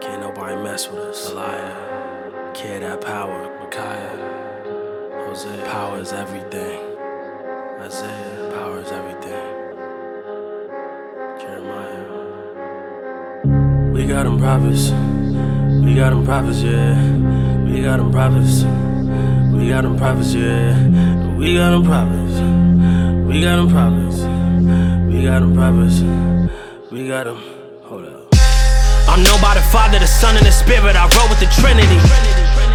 Can't nobody mess with us. Elijah. Kid that power. Micaiah. Jose. Power is everything. Isaiah. Power is everything. Jeremiah. We got them prophets. We got them prophets, yeah. We got them prophets. We got them prophets, yeah. We got them prophets. We got them prophets. We got them prophets. We got them. Hold up. I'm known by the Father, the Son, and the Spirit. I roll with the Trinity.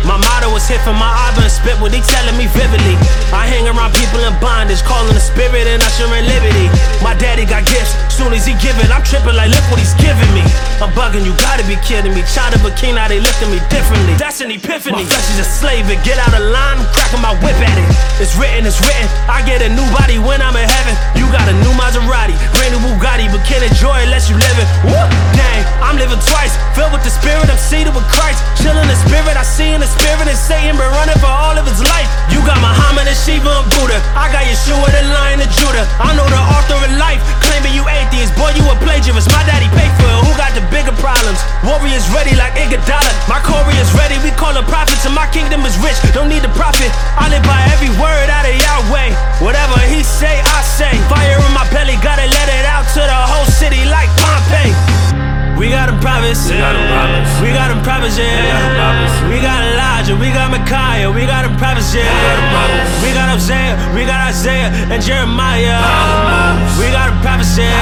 My motto is hit from my eyes and spit what they telling me vividly. I hang around people in bondage, calling the spirit and ushering liberty. My daddy got gifts, soon as he give it, I'm tripping like look what he's giving me. I'm bugging, you gotta be kidding me. Child of a king, now they looking me differently. That's an epiphany. My flesh is a slave, and get out of line, I'm cracking my whip at it. It's written, it's written. I get a new body when I'm in heaven. You got a new Maserati, brand new Bugatti, but can't enjoy it unless you live it. Woo! Dang, I'm living twice. Filled with the spirit, I'm seated with Christ. Chilling the spirit, I see in the spirit and Satan been running for all of his life. You got Muhammad and Shiva and Buddha. I got Yeshua, the Lion of Judah. I know the author of life, claiming you atheist. Boy, you a plagiarist. My daddy paid for it. Who got the bigger problems? Warriors ready like Iguodala. My Corey is ready. We call him prophets, and my kingdom is rich. Don't need a prophet. I live by every word out of Yahweh. Whatever he say, I say. Fire in my belly, gotta let it out to the whole city like Pompeii. We got them prophets. We got them prophets. We got them prophets, yeah. We got Elijah. We got Micaiah. We got them prophets, yeah. We got Isaiah. We got Isaiah and Jeremiah. We got them prophets, yeah.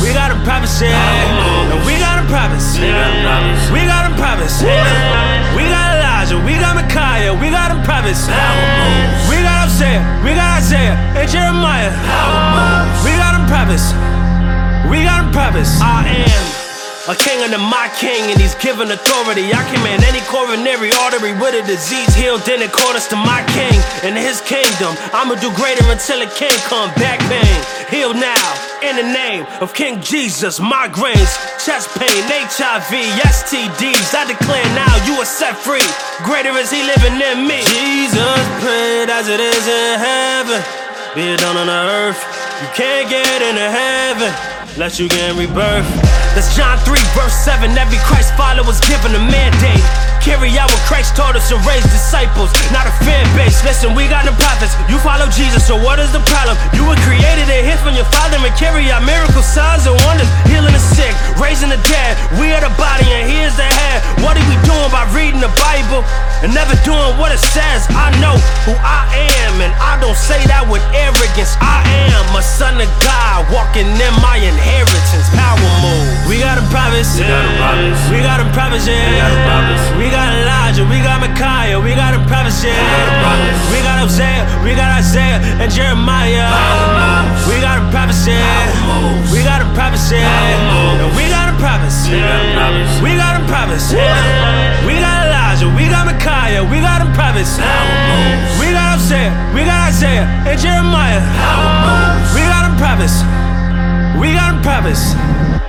We got them prophets, yeah. And we got them prophets. We got them prophets. We got Elijah. We got Micaiah. We got them prophets. We got Isaiah. We got Isaiah and Jeremiah. We got them prophets. We got him preface. I am a king under my king, and he's given authority. I command any coronary artery with a disease healed in accordance to my king and his kingdom. I'ma do greater until it can't come back pain. Heal now in the name of King Jesus. Migraines, chest pain, HIV, STDs. I declare now you are set free. Greater is he living in me. Jesus prayed as it is in heaven. Be it done on the earth. You can't get into heaven unless you get rebirth. That's John 3, verse 7. Every Christ follower was given a mandate. Carry out what Christ taught us and raise disciples, not a fan base. Listen, we got the prophets. You follow Jesus, so what is the problem? You were created and hid from your Father and carry out miracles, signs, and wonders. Healing the sick, raising the dead. We are the body and he is the head. What are we doing by reading the Bible and never doing what it says? I know who I am, and I don't say that with arrogance. I am a son of God, walking in my inheritance. Power move. We got a promise. We got a promise. We got a promise, yeah. We got a promise. We got Elijah. We got Micaiah. We got a promise, yeah. We got a promise. We got Isaiah. We got Isaiah and Jeremiah. We got a promise, yeah. We got a promise, yeah. And we got a promise. We got a promise, yeah. We got Elijah. We got Micaiah. We got a promise. We got Isaiah. We got Isaiah and Jeremiah. We got a promise. We got a promise.